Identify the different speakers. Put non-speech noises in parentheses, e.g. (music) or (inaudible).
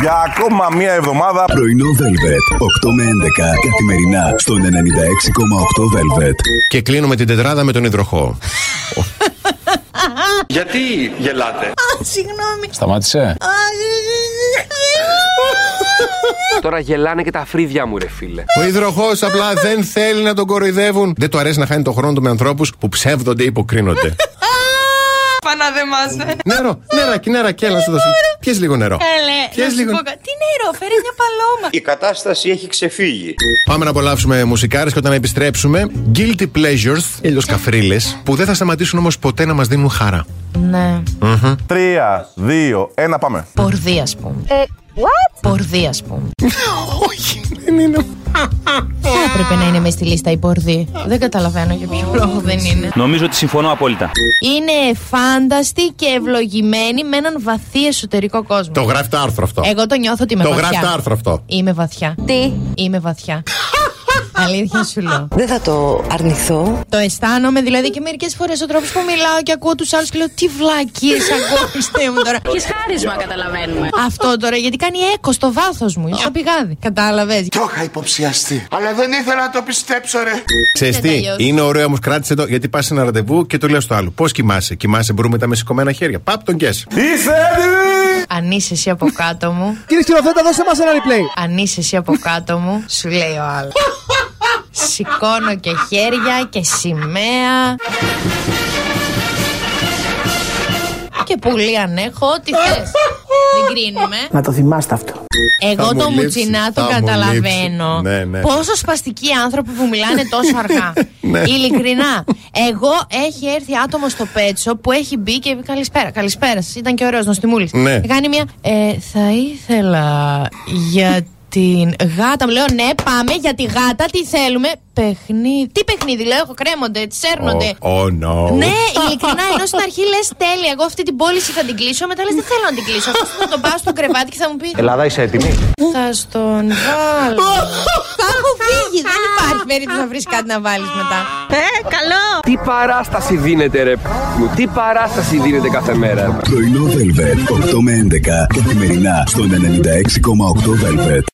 Speaker 1: Για ακόμα μία εβδομάδα.
Speaker 2: Πρωινό Velvet. 8 με 11 καθημερινά στον 96,8 Velvet.
Speaker 3: Και κλείνουμε την τετράδα με τον υδροχό.
Speaker 4: Γιατί γελάτε.
Speaker 5: Α, συγγνώμη.
Speaker 6: Σταμάτησε.
Speaker 5: Α,
Speaker 4: Τώρα γελάνε και τα φρύδια μου, ρε φίλε.
Speaker 3: Ο υδροχός απλά δεν θέλει να τον κοροϊδεύουν. Δεν του αρέσει να χάνει τον χρόνο του με ανθρώπους που ψεύδονται ή υποκρίνονται.
Speaker 5: Παναδεμάσαι.
Speaker 3: νερό, νεράκι, νεράκι, έλα να σου δώσω. Πιες λίγο νερό.
Speaker 5: Καλέ,
Speaker 3: Πιες
Speaker 5: να σου
Speaker 3: λίγο.
Speaker 5: πω κα- Τι νερό, φέρε μια παλώμα.
Speaker 7: Η κατάσταση έχει ξεφύγει.
Speaker 3: Πάμε να απολαύσουμε μουσικάρες και όταν επιστρέψουμε. Guilty pleasures, ή αλλιώ καφρίλες, που δεν θα σταματήσουν όμως ποτέ να μας δίνουν χαρά.
Speaker 8: Ναι.
Speaker 1: Τρία, δύο, ένα, πάμε.
Speaker 8: Πορδί, ας πούμε.
Speaker 9: Ε, what?
Speaker 8: Πορδί, ας πούμε.
Speaker 3: Όχι, δεν είναι.
Speaker 8: Δεν έπρεπε να είναι μες στη λίστα η πορδί. Δεν καταλαβαίνω για ποιο λόγο δεν είναι.
Speaker 6: Νομίζω ότι συμφωνώ απόλυτα.
Speaker 8: Είναι φάνταστη και ευλογημένη με έναν βαθύ εσωτερικό κόσμο.
Speaker 3: Το γράφει το άρθρο αυτό.
Speaker 8: Εγώ το νιώθω ότι είμαι
Speaker 3: Το
Speaker 8: βαθιά.
Speaker 3: γράφει το άρθρο αυτό.
Speaker 8: Είμαι βαθιά.
Speaker 9: Τι?
Speaker 8: Είμαι
Speaker 3: (laughs)
Speaker 8: βαθιά. Αλήθεια σου λέω.
Speaker 10: Δεν θα το αρνηθώ.
Speaker 8: Το αισθάνομαι δηλαδή και μερικές φορές ο τρόπος που μιλάω και ακούω τους άλλους και λέω Τι βλακίες ακούστε μου τώρα.
Speaker 9: Έχεις χάρισμα, καταλαβαίνουμε.
Speaker 8: Αυτό τώρα γιατί κάνει έκο στο βάθος μου. Στο πηγάδι. Κατάλαβες.
Speaker 7: Το είχα υποψιαστεί. Αλλά δεν ήθελα να το πιστέψω, ρε.
Speaker 3: Ξέρεις
Speaker 8: Δεν
Speaker 3: τι,
Speaker 8: τελειώνει.
Speaker 3: είναι ωραίο όμως, κράτησε το. Γιατί πας σε ένα ραντεβού και του λέω στο άλλο. Πώς κοιμάσαι, κοιμάσαι μπρούμε τα με σηκωμένα χέρια. Παπ τον κες.
Speaker 1: Είστε έτοιμοι!
Speaker 8: Αν είσαι εσύ από κάτω μου,
Speaker 11: (laughs) Κύριε σκηνοθέτα, δώσε μας ένα replay.
Speaker 8: αν είσαι εσύ από κάτω μου, σου λέει ο
Speaker 11: (laughs)
Speaker 8: άλλος. Σηκώνω και χέρια και σημαία. Και πουλί αν έχω, ό,τι θες. Δεν κρίνουμε.
Speaker 11: Να το θυμάστε αυτό.
Speaker 8: Εγώ
Speaker 3: Θα μου
Speaker 8: το
Speaker 3: λείψεις,
Speaker 8: μουτσινά το
Speaker 3: θα μου
Speaker 8: καταλαβαίνω.
Speaker 3: λείψεις. Ναι, ναι.
Speaker 8: Πόσο σπαστικοί άνθρωποι που μιλάνε τόσο αργά.
Speaker 3: (laughs) Ναι.
Speaker 8: Ειλικρινά. Εγώ έχει έρθει άτομο στο πέτσο που έχει μπει και είπε καλησπέρα. Καλησπέρα σας. Ήταν και ωραίος νοστιμούλης.
Speaker 3: Ναι.
Speaker 8: Κάνει μια. «Ε, θα ήθελα για την γάτα. Μου λέω ναι, πάμε για τη γάτα. Τι θέλουμε. Παιχνίδι. Τι παιχνίδι, λέω. Έχω κρέμονται, τι σέρνονται.
Speaker 3: Oh, oh no.
Speaker 8: Ναι, ειλικρινά, ενώ στην αρχή λες τέλεια. Εγώ αυτή την πώληση θα την κλείσω. Μετά λες δεν θέλω να την κλείσω. Αυτό θα τον πάω στο κρεβάτι και θα μου πει.
Speaker 6: Ελλάδα, είσαι έτοιμη.
Speaker 8: Θα στον βάλω. θα έχω φύγει. Δεν υπάρχει περίπτωση να βρεις κάτι να βάλεις μετά.
Speaker 5: Ε, καλό.
Speaker 4: Τι παράσταση δίνετε, ρε μου. Τι παράσταση δίνετε κάθε μέρα. ρε.
Speaker 2: Πρωινό Velvet. 8 με 11 καθημερινά στον 96,8 Velvet.